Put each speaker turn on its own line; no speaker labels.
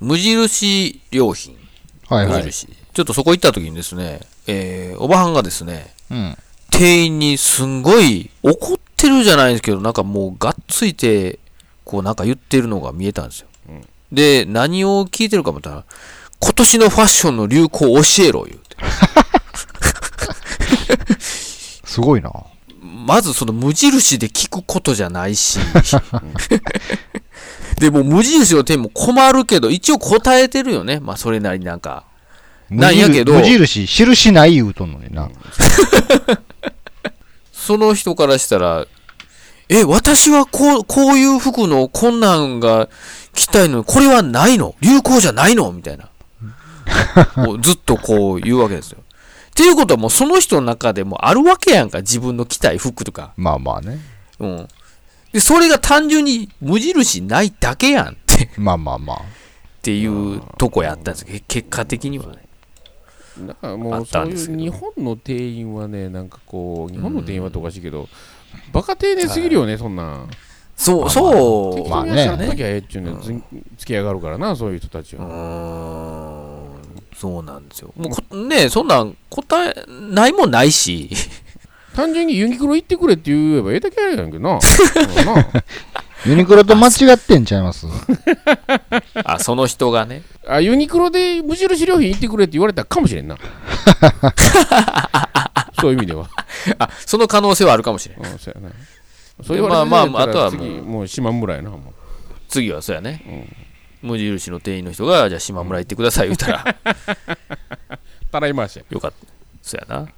無印良品。
はい
無
はい。
印。ちょっとそこ行った時にですね、えー、おばはんがですね、
うん。
店員にすんごい怒ってるじゃないんですけど、なんかもうがっついて、こうなんか言ってるのが見えたんですよ。で、何を聞いてるか思ったら、今年のファッションの流行を教えろ、言うて。
すごいな。
まずその無印で聞くことじゃないし。 で、もう無印の点も困るけど、一応答えてるよね。まあそれなりになんか。なんやけど
無印、無印印ない言うとんのにな。
その人からしたら、え、私はこう、こういう服のこんなんが着たいのに、これはないの流行じゃないのみたいな。もうずっとこう言うわけですよ。っていうことはもうその人の中でもあるわけやんか、自分の着たい服とか。
まあまあね。
うん。で、それが単純に無印ないだけやんって、っ
まあまあまあ。
ていうとこやったんですけど、結果的にはね。
だから
あ
もう
った
そ
ん
う
ですけ
い
ど
う日本の店員はねなんかこう日本の店員はっておかしいけど、バカ丁寧すぎるよね、そんなん
そ
ま
う、
あ
そう。
適
まあ
当
ね
にやっときゃええっちゅうね、ずん付き上がるからなそういう人たち
う
は、
ーんそうなんですよ。もうこ、ねえそんなん答え、ないもんないし。
単純にユニクロ行ってくれって言えばええだけやるやん けどなうんな
ユニクロと間違ってんちゃいます
あ、その人がね。
あユニクロで無印良品行ってくれって言われたかもしれ んなそういう意味では、
あ、その可能性はあるかもしれん。
うん、そうやなそう言われて
まあまあ
やったら
あとはもう
次もう島村やなも
次はそうやね。無印の店員の人が、じゃあ島村行ってください言うたら、
うたらい回しや
よかった。そうやな。